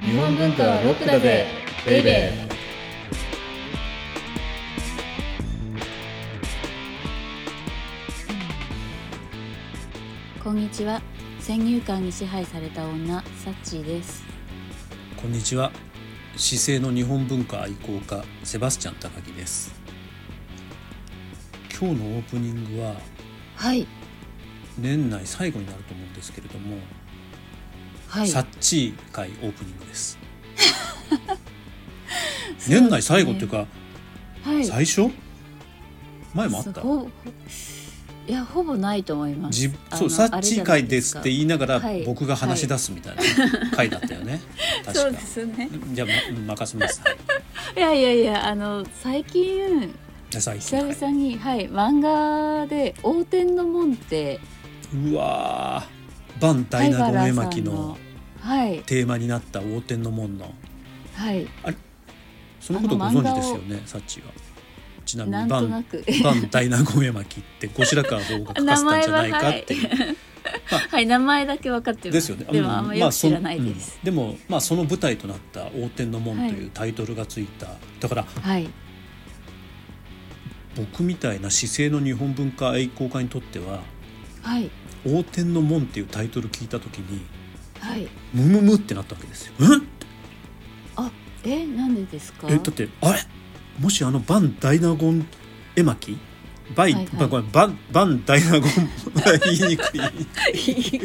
日本文化はロックだぜベイベーこんにちは先入観に支配された女サッチーですこんにちは姿勢の日本文化愛好家セバスチャン高木です今日のオープニングははい年内最後になると思うんですけれども、はいサッチー会オープニングです年内最後っていうか、はい最初前もあっそたうほぼいやほぼないと思いますじあそのうサッチー会ですって言いながらはい僕が話し出すみたいな会だった よね、あれじゃない確かですかそうですねじゃあ、ま、任せます、はいいやいやいやあの最近じゃあ 最近久々にはい漫画で「横転の門」ってうわーバンダイナゴメ巻きのはいテーマになった横転の門のはいそのことをご存知ですよねサッチはちなみなにんバとなンくバンダイナゴメ巻きって後白河法皇が書かせたんじゃないか っていう、 はい名前だけ分かってますですよねでもあんまよく知らないまあそんです、うんでもまあその舞台となった「横転の門」というタイトルがついた、だからはい僕みたいな姿勢の日本文化愛好家にとってははい「横転の門」っていうタイトル聞いた時にはいムムムってなったわけですよ。うんえなんでですかえだってあれもしあのバンダイナゴン絵巻バイ、はいはいまあごめんバンバンダイナゴン 言いにくい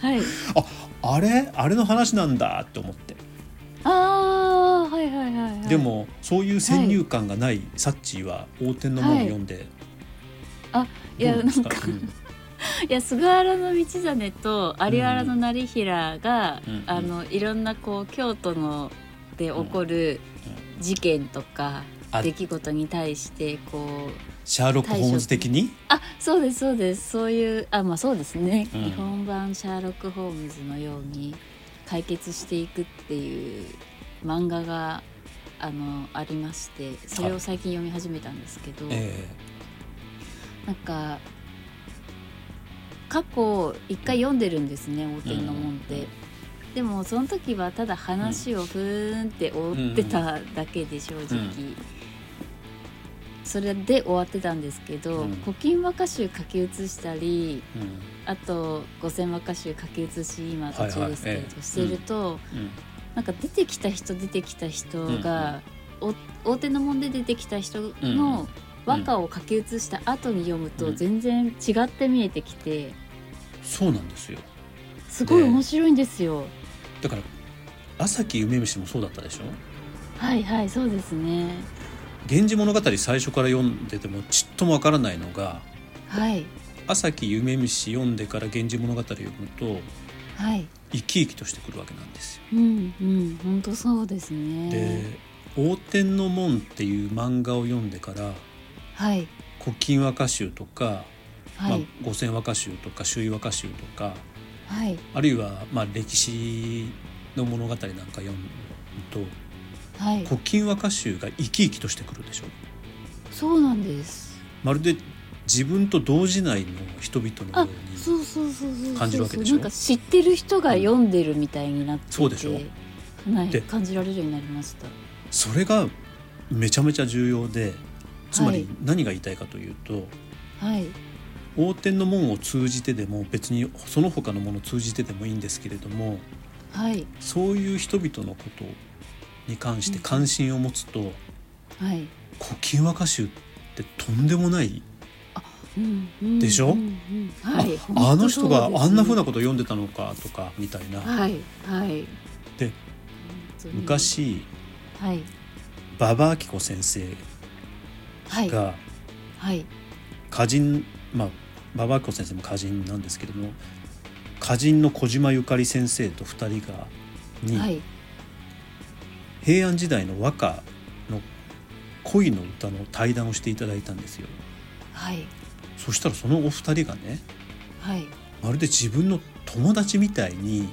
はいああれあれの話なんだって思って、ああはいはいはい、はい、でもそういう先入観がないサッチーは「横転の門」を読んで、いやどなうでんすかかいや菅原道真と有原の成平が、うんあのいろんなこう京都ので起こる事件とか、あ出来事に対してこうシャーロック・ホームズ的にあそうですそうですそういうあまあそうですね、うん日本版シャーロック・ホームズのように解決していくっていう漫画があのありましてそれを最近読み始めたんですけど、えなんか過去一回読んでるんですね「大天の門」って。うんうんでもその時はただ話をふーんって追ってただけで正直、うんそれで終わってたんですけどうん「古今和歌集」書き写したりえうんあと「五千和歌集」書き写し今途中ですけれど、はいはいええしてると、うんなんか出てきた人出てきた人が、お大手の門で出てきた人うんうの和歌を書き写した後に読むうとん全然違って見えてきてそうなんですよすごいね面白いんですよ。だから朝木夢虫もそうだったでしょはいはいそうですね。 「源氏物語」最初から読んでてもちっともわからないのがはい朝木夢虫読んでから「源氏物語」読むとはい。生き生きとしてくるわけなんですよ。うんうん本当そうですでね。 「横転の門」っていう漫画を読んでからはい「古今和歌集」とか「はい、まあ、五千和歌集」とか「周囲和歌集」とかはいあるいはまあ歴史の物語なんか読むとはい古今和歌集が生き生きとしてくるでしょ。そうなんです。まるで自分と同時代の人々のあようにそうそうそうそうそう感じるわけでしょなんか知ってる人が読んでるみたいになってて、そうでしょはいで感じられるようになりました。それがめちゃめちゃ重要でつまはいり何が言いたいかというと、はい横転の門を通じてでも別にその他のものを通じてでもいいんですけれどもはいそういう人々のことに関して関心を持つとはい。 「古今和歌集」ってとんでもない、うんうんでしょうんうんはい。ああの人があんなふうなここと読んでたのかとかみたいなはいはい。で本当に昔はい馬場明子先生はいがはい歌人まあ馬場明子先生も歌人なんですけれども歌人の小島ゆかり先生と2人がに、はい平安時代の和歌の恋の歌の対談をしていただいたんですよはいそしたらそのお二人がねはいまるで自分の友達みたいに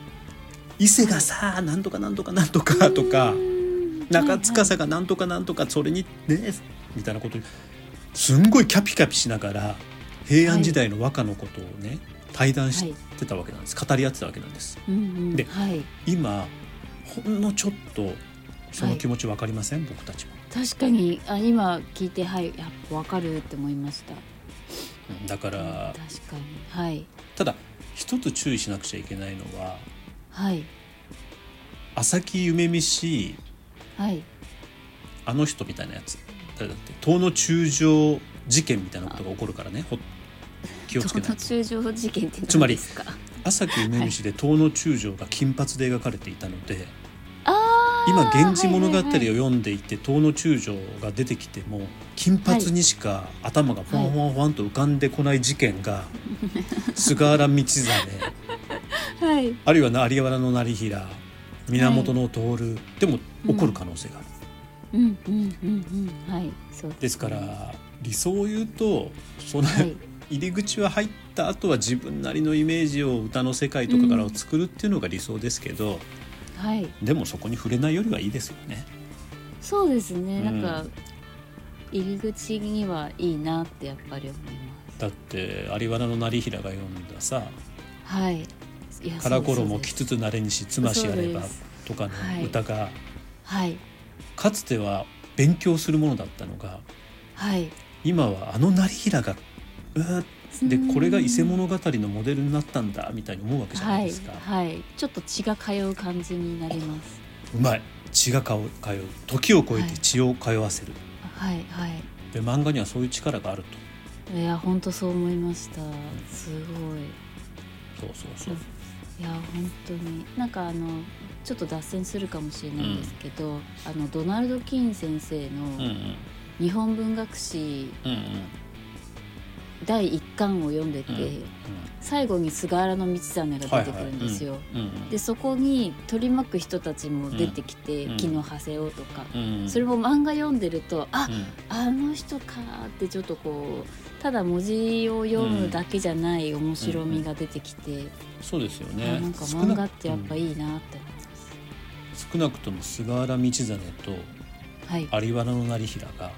伊勢がさなんとかなんとかなんとかとか中は塚さがなんとかなんとかそれにねみたいなことすんごいキャピキャピしながら平安時代の和歌のことをね対談してたわけなんです、語り合ってたわけなんですうんうんではい、今ほんのちょっとその気持ち分かりません、僕たちも確かにあ今聞いてはいやっぱ分かるって思いましたうんだから確かにはいただ一つ注意しなくちゃいけないのははい浅木夢見しはいあの人みたいなやつ誰だって東の中将事件みたいなことが起こるからねほ気をつけ東なのいと中将事件ってつま何りですか浅木夢見しで東の中将が金髪で描かれていたので、あー今「源氏物語」をはいはいはい読んでいて遠野中将が出てきても金髪にしか頭がフワンフワンフワンと浮かんでこない事件が菅原道真はいあるいは有原の成平源の徹、でも起こる可能性がある、うんうんうんうんはいそうですから理想を言うとそのはい入り口は入った後は自分なりのイメージを歌の世界とかからを作るっていうのが理想ですけど、はいでもそこに触れないよりはいいですよね。そうですねなんうかん入り口にはいいなってやっぱり思いますだって有原の成平が読んださはいいやからころそもうできすつつなれにし妻しあれそばうですとかはのい歌がはいかつては勉強するものだったのがはい今はあの成平がうーでこれが伊勢物語のモデルになったんだみたいに思うわけじゃないですか、はい、はい、ちょっと血が通う感じになりますうまい血が通う通う時を超えはてい血を通わせる、はいはいで漫画にはそういう力があるといや本当そう思いましたすごいそうそうそう、いや本当になんかあのちょっと脱線するかもしれないんですけど、あのドナルド・キーン先生うんうのん日本文学史うんうん第一巻を読んでて、うん最後に菅原道真が出てくるんですよ。うんでそこに取り巻く人たちも出てきて「うん木のはせよ」とか、うんうんそれも漫画読んでると「あうんあの人か」ってちょっとこうただ文字を読むだけじゃない面白みが出てきて、そうですよあねなんか少な漫画ってやっぱうんいいなって思います。少なくとも菅原道真とはい有原の成平が、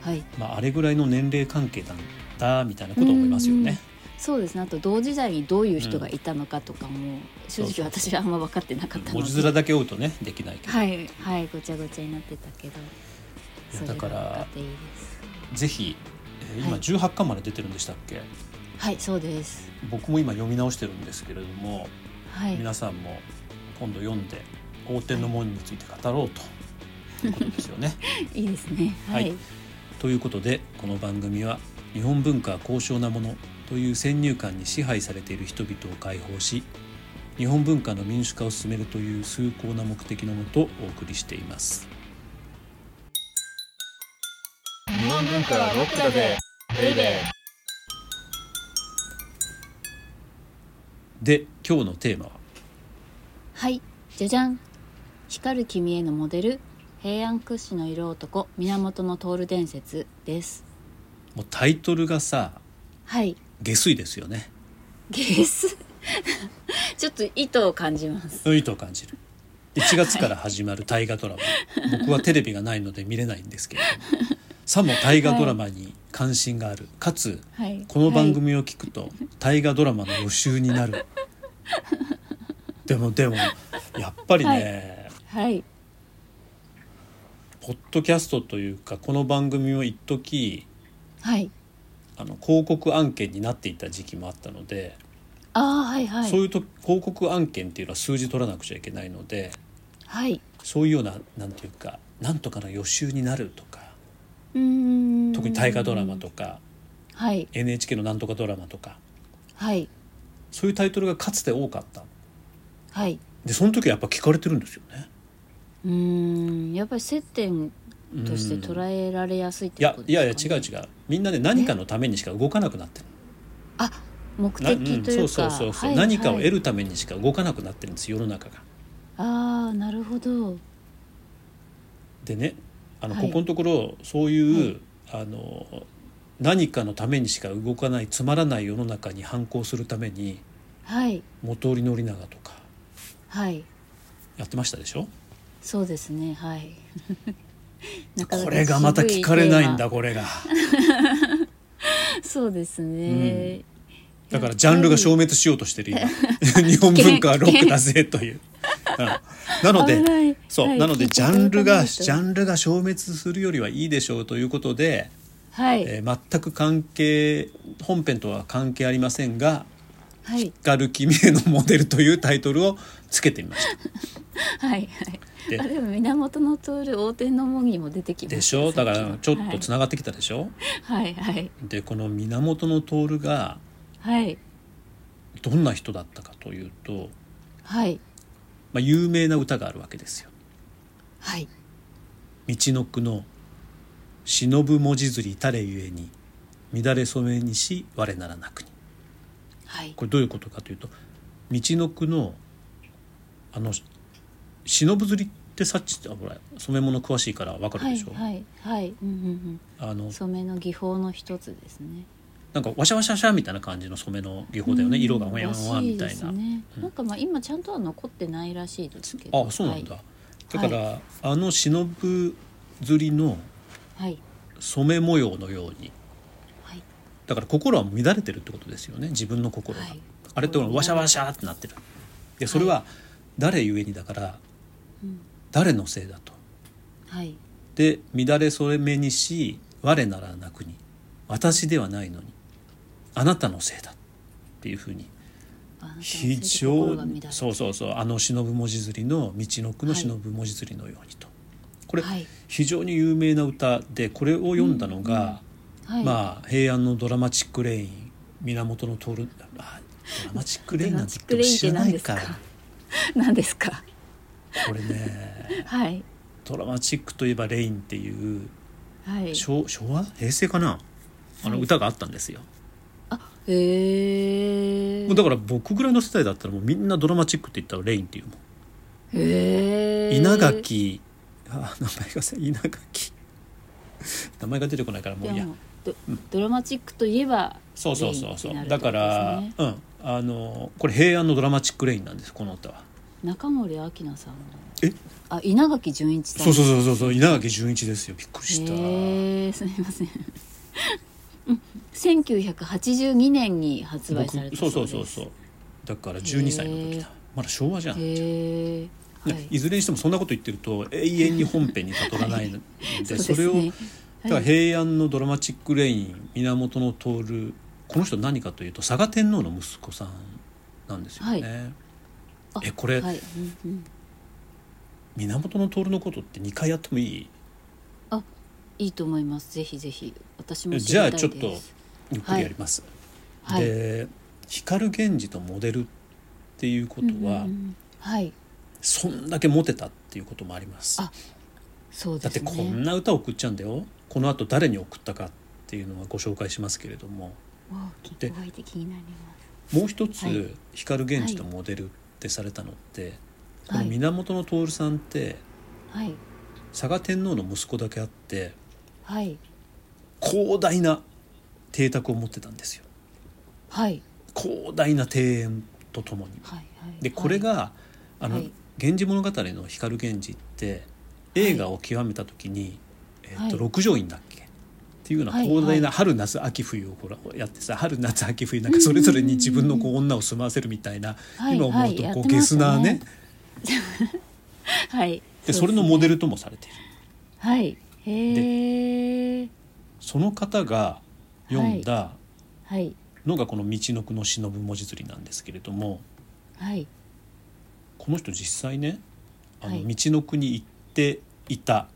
はい、まあ、あれぐらいの年齢関係なんだみたいなことを思いますよね。そうですねあと同時代にどういう人がいたのかとかも、正そうそう直私はあんま分かってなかったので文字面だけ追うとねできないけど、はいはいごちゃごちゃになってたけどいそやれがだから分っていいですぜひ、えー今はい18巻まで出てるんでしたっけ、はいそうです僕も今読み直してるんですけれども、はい皆さんも今度読んで「王天の門」について語ろうということですよね。いいですねははいいということでこの番組は日本文化は高尚なものという先入観に支配されている人々を解放し日本文化の民主化を進めるという崇高な目的のもとお送りしています日本文化はロックだぜベイベーで今日のテーマははいじゃじゃん光る君へのモデル平安屈指の色男源の徹伝説ですもうタイトルがさはい下水ですよねゲス ちょっと意図を感じますいいと感じる1月から始まる大河ドラ マ、僕はテレビがないので見れないんですけれどもさも大河ドラマに関心がある、かつはいこの番組を聞くと大河ドラマの予習になるでもでもやっぱりね、はい、はいポッドキャストというかこの番組を一時はい。あの広告案件になっていた時期もあったので、ああ、はいはい。そういうと広告案件っていうのは数字取らなくちゃいけないのではい。そういうようななんていうかなんとかの予習になるとかうーん。特に大河ドラマ。とかはい。 NHK のなんとかドラマとかはい。そういうタイトルがかつて多かったはい。でその時はやっぱ聞かれてるんですよね。うーん、やっぱり接点として捉えられやすいっいてやこといですか、ねやいや違う違うみんなで何かのためにしか動かなくなってるあ、目なうん的というか。そうそうそうそはう、い何かをはい得るためにしか動かなくなってるんです世の中が。ああ、なるほど。でねあの、はいここのところそういう、あの何かのためにしか動かないつまらない世の中に反抗するためにはい。元織宣長とかはい。やってましたでしょそうですね。はい。 なかなかこれがまた聞かれないん渋だいこれが。テーマ。そうですね。だからジャンルが消滅しようとしてる今 日本文化はロックだぜと いう。うんなので危ないそう、はいなの聞でいてジャンルいただかながいとジャンルが消滅するよりはいいでしょうということで、はい、えー全く関係本編とは関係ありませんがはい「光る君へのモデル」というタイトルをつけてみました。はいはいであでも源の徹る大天の門にも出てきましたでしょだからちょっとつつながってきたでしょ、はいはいでこの源の徹がはいどんな人だったかというと、はいまあ、有名な歌があるわけですよ。はい道のくの「忍ぶ文字釣りたれゆえに乱れ染めにし我ならなくにはい」これどういうことかというと道のくのあの忍ぶ釣りってさっきあほら染め物詳しいからわかるはでいしょ、はいはいうんうんあのうん染めの技法の一つですねなんかワシャワシャワシャみたいな感じの染めの技法だよね、うん色がほやほやほやみたらいしでな。すねなんかまあ今ちゃんとは残ってないらしいですけどあそうなんだ、はだから、あの忍ぶ釣りのいはい染め模様のようにはいだから心は乱れてるってことですよね自分の心が、はいあれってほらワシャワシャってなってるいやそれは誰ゆえにだからうん誰のせいだとはいで乱れそれ目にし我ならなくに私ではないのにあなたのせいだっていうふうにあなたのせい非で心常が乱れにてそうそうそうあの忍ぶ文字釣りの道の句の忍ぶ文字釣りのようにと、これ、はい非常に有名な歌でこれを読んだのが、はいまあ平安のドラマチックレイン源の徹あドラマチックレインなんて言っても知らないからドラマチ何ですかこれねはいドラマチックといえばレインっていうはい昭昭和平成かなあの歌があったんですよ、あへえもうだから僕ぐらいの世代だったらもうみんなドラマチックって言ったらレインっていうもんへえ稲垣あ名前がせ稲垣名前が出てこないからもういいでやもドドラマチックといえばそうそうそうそレインうってなだるってことでから、すねうんあのこれ平安のドラマチックレインなんですこの歌は中森明菜さんのえあ稲垣潤一さんそうそうそうそうそう稲垣潤一ですよびっくりした、へえすみません うん1982年に発売僕されたそうそうですそうそうだから12歳の時へだーまだ昭和じゃん、ねへえいはいずれにしてもそんなこと言ってると永遠に本編にたどらないので,、うそですれをねだから平安のドラマチックレイン源の徹この人何かというと嵯峨天皇の息子さんなんですよね、はいあえこれ、はい、うんうん、源の徹のことって2回やってもいいいいと思いますぜひぜひ私も知りじゃたいあですちょっとゆっくりやります、はいで光源氏とモデルっていうことは、うんうんうんはいそんだけモテたっていうこともありますあそうだでってすねこんな歌送っちゃうんだよこのあと誰に送ったかっていうのはご紹介しますけれどもわあでお相手気になりまもう一つ、はい光源氏とモデルってされたのって、こはのい源徹さんってすはい嵯峨天皇の息子だけあってはい広大な邸宅を持ってたんですよはい広大な庭園とともに。はいはいでこれが、あの、はい源氏物語」の光源氏って映画を極めた時に「えっとはい六条院だっけ?」っていうようなはい広大はな春夏秋冬をほらやってさ春夏秋冬なんかそれぞれに自分のこう女を住まわせるみたいな、はい今思うとはいこやっうてゲまスすねなねはいでそれのモデルルともされているはいへえその方が読んだはいのがこの「道のくの忍ぶ文字釣り」なんですけれどもはいこの人実際ねあはのい道の国行っていた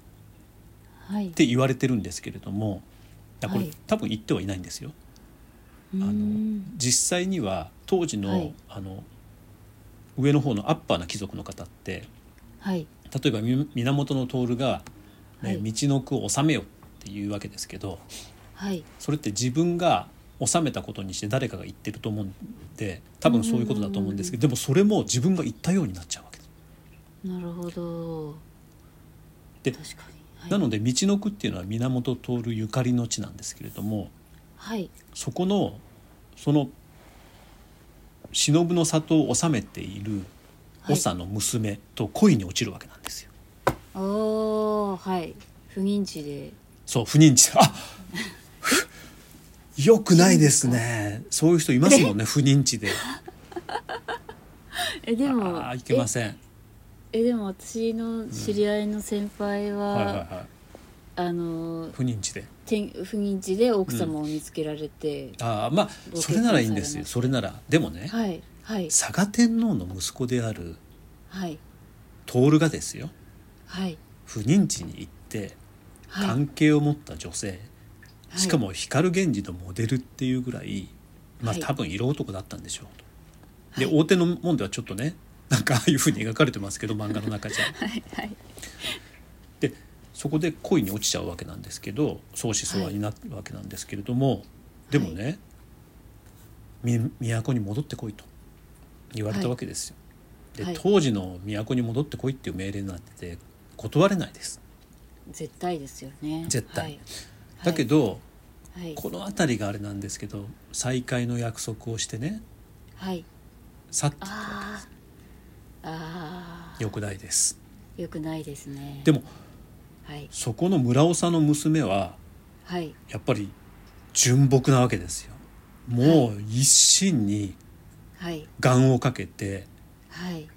はいって言われてるんですけれどもいやこれ、はい多分言ってはいないんですよああの実際には当時の,、はいあの上の方のアッパーな貴族の方ってはい例えばみ源の徹が、ねはい道の句を治めよっていうわけですけどはいそれって自分が治めたことにして誰かが言ってると思うんで多分そういうことだと思うんですけどでもそれも自分が言ったようになっちゃうわけです。なるほどで確かに、はい、なので道の句っていうのは源徹ゆかりの地なんですけれども。はいそこのその忍の里を治めているはい長の娘と恋に落ちるわけなんですよ。おーはい不妊地でそう不妊治あふ よくないですねそういう人いますもんね不認知でえでもああいけませんええでも私の知り合いの先輩は、はいはいはいあの不認知でてん不妊地で奥様を見つけられて、ああまあごそれならいいんで結婚さすれよましそれならでもねはいはい佐賀天皇の息子であるはい徹がですよはい不妊地に行ってはい関係を持った女性、はいしかも光源氏のモデルっていうぐらいまあはい多分色男だったんでしょうと、はで大手の門ではちょっとねなんかああいうふうに描かれてますけど漫画の中じゃ はいはいでそこで恋に落ちちゃうわけなんですけど相思相愛になるわけなんですけれども、でもね、み都に戻ってこいと言われたわけですよ。はいで当時の都に戻ってこいっていう命令になってて断れないです。絶対ですよね絶対はいだけど、はいこの辺りがあれなんですけど再会の約束をしてねはいさっきあーあよくないです。ーよくないですねでもはいそこの村尾さんの娘ははいやっぱり純朴なわけですよ。もう一心にはい願をかけてはい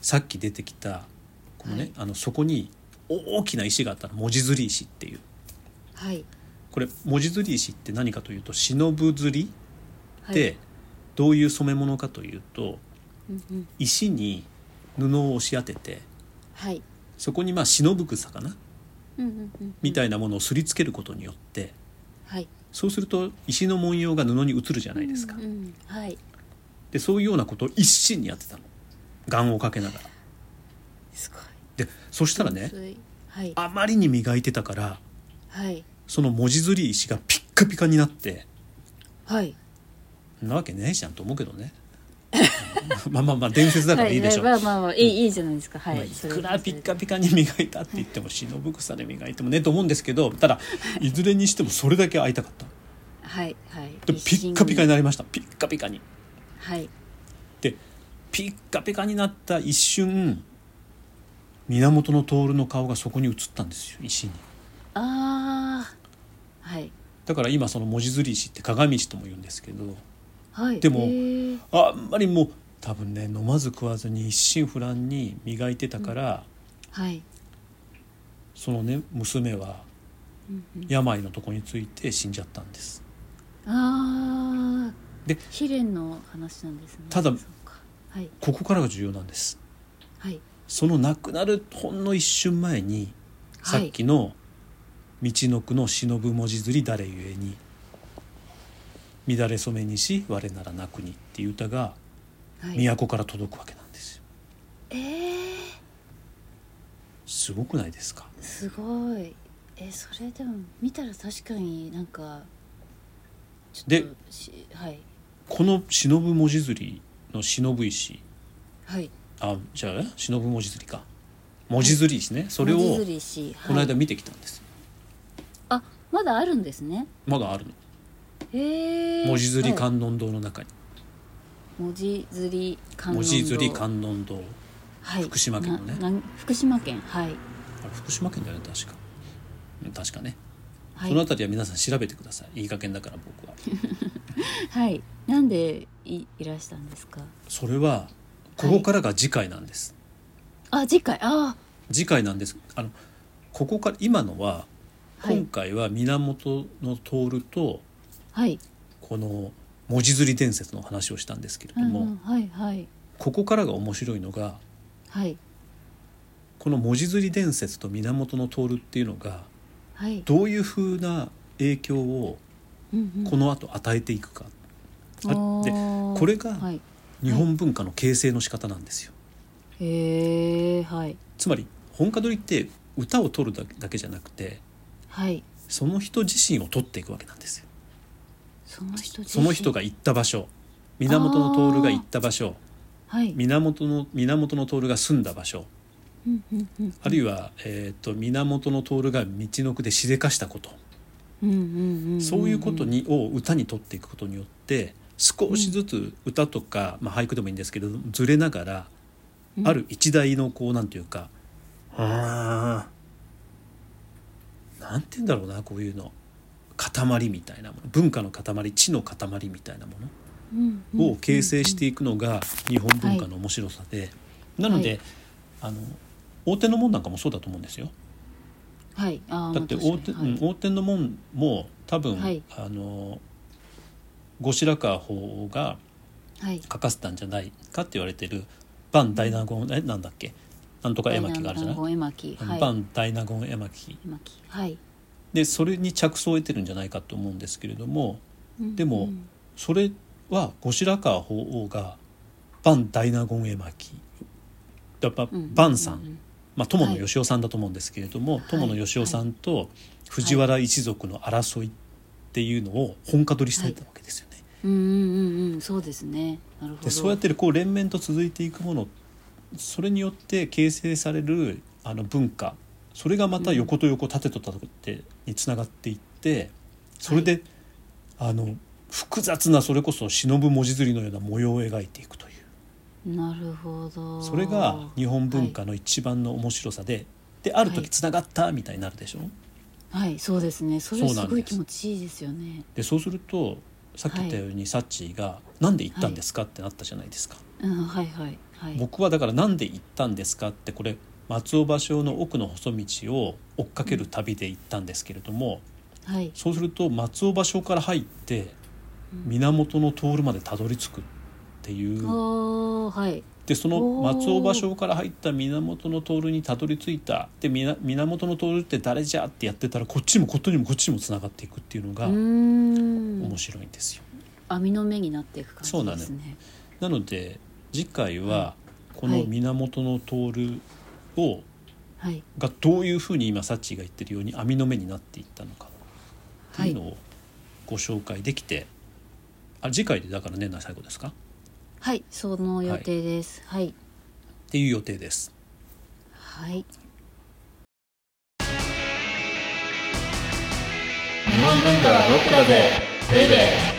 さっき出てきたこのね、はいあのそこに大きな石があったの文字釣り石っていうはいこれ文字釣り石って何かというと忍ぶ釣りはっいてどういう染め物かというとうんうん石に布を押し当ててはいそこにまあ忍ぶ草かなうんうんうんみたいなものをすりつけることによってはいそうすると石の文様が布に移るじゃないですかうんうんはいでそういうようなことを一心にやってたの願をかけながらすごいでそしたらね純粋はいあまりに磨いてたからはいその文字釣り石がピッカピカになってはいんなわけねえじゃんと思うけど ねまあまあまあ伝説だからいいでしょう、はいはいまあまあまあいい,、いいじゃないですかはい、まあいそれはくらピッカピカに磨いたって言っても忍ぶ草で磨いてもねと思うんですけどただいずれにしてもそれだけ会いたかったはいはいでピッカピカにななりましたピッカピカにはいでピッカピカになった一瞬源の徹の顔がそこに映ったんですよ石にああはいだから今その文字釣り石って鏡石とも言うんですけどはいでもへーあんまりもう多分ね飲まず食わずに一心不乱に磨いてたから、はいそのね娘はうんうん病のとこについて死んじゃったんですああで試練の話なんですねただそうかはいここからが重要なんですはいその亡くなるほんの一瞬前にさはっいきの「道のくの忍ぶ文字釣り誰ゆえに乱れ染めにし我ならなくに」っていう歌がはい都から届くわけなんですよえー、すごくないですかすごいえそれでも見たら確かになんかちょっとしはいこの忍ぶ文字釣りの忍ぶ石はいあじゃあ忍ぶ文字釣りか文字釣りですね、それを文字釣りしこの間はい、見てきたんですよ、あまだあるんですねまだあるのへえ文字釣りはい観音堂の中に、文字釣り観音堂文字釣り観音堂はい福島県のねななん福島県はいあれ福島県だよね確かうん確かね、はいその辺りは皆さん調べてくださいいい加減だから僕 ははいなんでいいらしたんですかそれはここからが次回なんです、あ次回あ次回なんですあのここから今のはーは今い回は源の徹とはいこの文字釣り伝説の話をしたんですけれどうんも、うんはいはいここからが面白いのがはいこの文字釣り伝説と源の徹っていうのがはいどういうふうな影響をうんうんこの後与えていくか、あでおーこれがはい日本文化の形成の仕方なんですよ。へえはいつまり本歌取りって歌を取るだけだけじゃなくてはいその人自身を取っていくわけなんですよ。その人自身その人が行った場所源の徹が行った場所はい源の源の徹が住んだ場所うんうんうんあるいは、えー、と源の徹が道のくでしでかしたことうんうんうんんんそういうことにを歌に取っていくことによって少しずつ歌とか、まあ、俳句でもいいんですけどずれながらうんある一代のこうなんていうかうーんなんて言うんだろうなこういうの塊みたいなもの文化の塊知の塊みたいなものうんうんを形成していくのが日本文化の面白さで、なので、はいあの大手の門なんかもそうだと思うんですよ。はいあーだってまあ大手、確かにうん大手の門も多分、はいあの後白河法皇がはい書かせたんじゃないかって言われてる「万大納言」えなんだっけなんとか絵はい巻があるじゃない南南郷絵巻「はい万大納言絵巻絵巻はい」でそれに着想を得てるんじゃないかと思うんですけれどもうんでもうんそれは後白河法皇が「万大納言絵巻」やっぱうん万さん、ううまあ、友野はい義雄さんだと思うんですけれども、はい友野義雄さんと藤原一族の争いっていうのを本家取りしていたわけですよね。うんうんうんうんそうですねなるほどでそうやってこう連綿と続いていくものそれによって形成されるあの文化それがまた横と横縦と縦ってにつながっていってそれで、あの複雑なそれこそ忍ぶ文字釣りのような模様を描いていくというなるほどそれが日本文化の一番の面白さで、であるは時いつながったみたいになるでしょ。はいそうですねそそうれなんですすごい気持ちいいですよねでそうするとさっき言ったように、サッチーが「なんで行ったんですか?」ってなったじゃないですか。うんはいはいはい僕はだから「なんで行ったんですか?」ってこれ松尾芭蕉の奥の細道を追っかける旅で行ったんですけれども、はいそうすると松尾芭蕉から入ってうん源の通るまでたどり着くっていう、おーはいでそのおー松尾芭蕉から入った源の通るにたどり着いたでみな源の通るって誰じゃってやってたらこっちにもこっちにもこっちにもつながっていくっていうのうがーん面白いんですよ。網の目になっていく感そうじだでねすねなので次回はこはのい源の徹をはいがどういうふうに今サッチーが言ってるように網の目になっていったのかってはいういのをご紹介できて、あ次回でだから年内最後ですかっはいその予定ですはいていう予定です。は日い本文化はロックだぜベイベー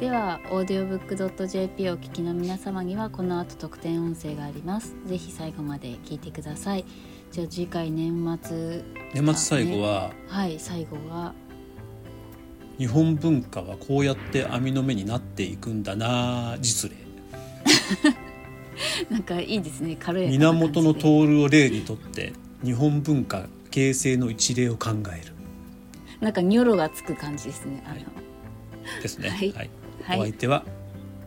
では audiobook.jp をお聞きの皆様にはこの後特典音声がありますぜひ最後まで聞いてくださいじゃあ次回年末年末最後ははい最後は 日本文化はこうやって網の目になっていくんだな実例なんかいいですね軽やかな感じで源の徹を例にとって日本文化形成の一例を考えるなんかニョロがつく感じですねあの、はいですね。はいはいはいお相手は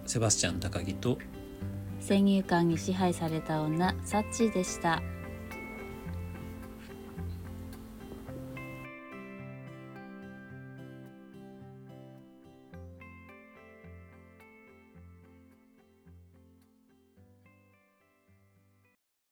セバスチャン高木と先入観に支配された女サッチーでした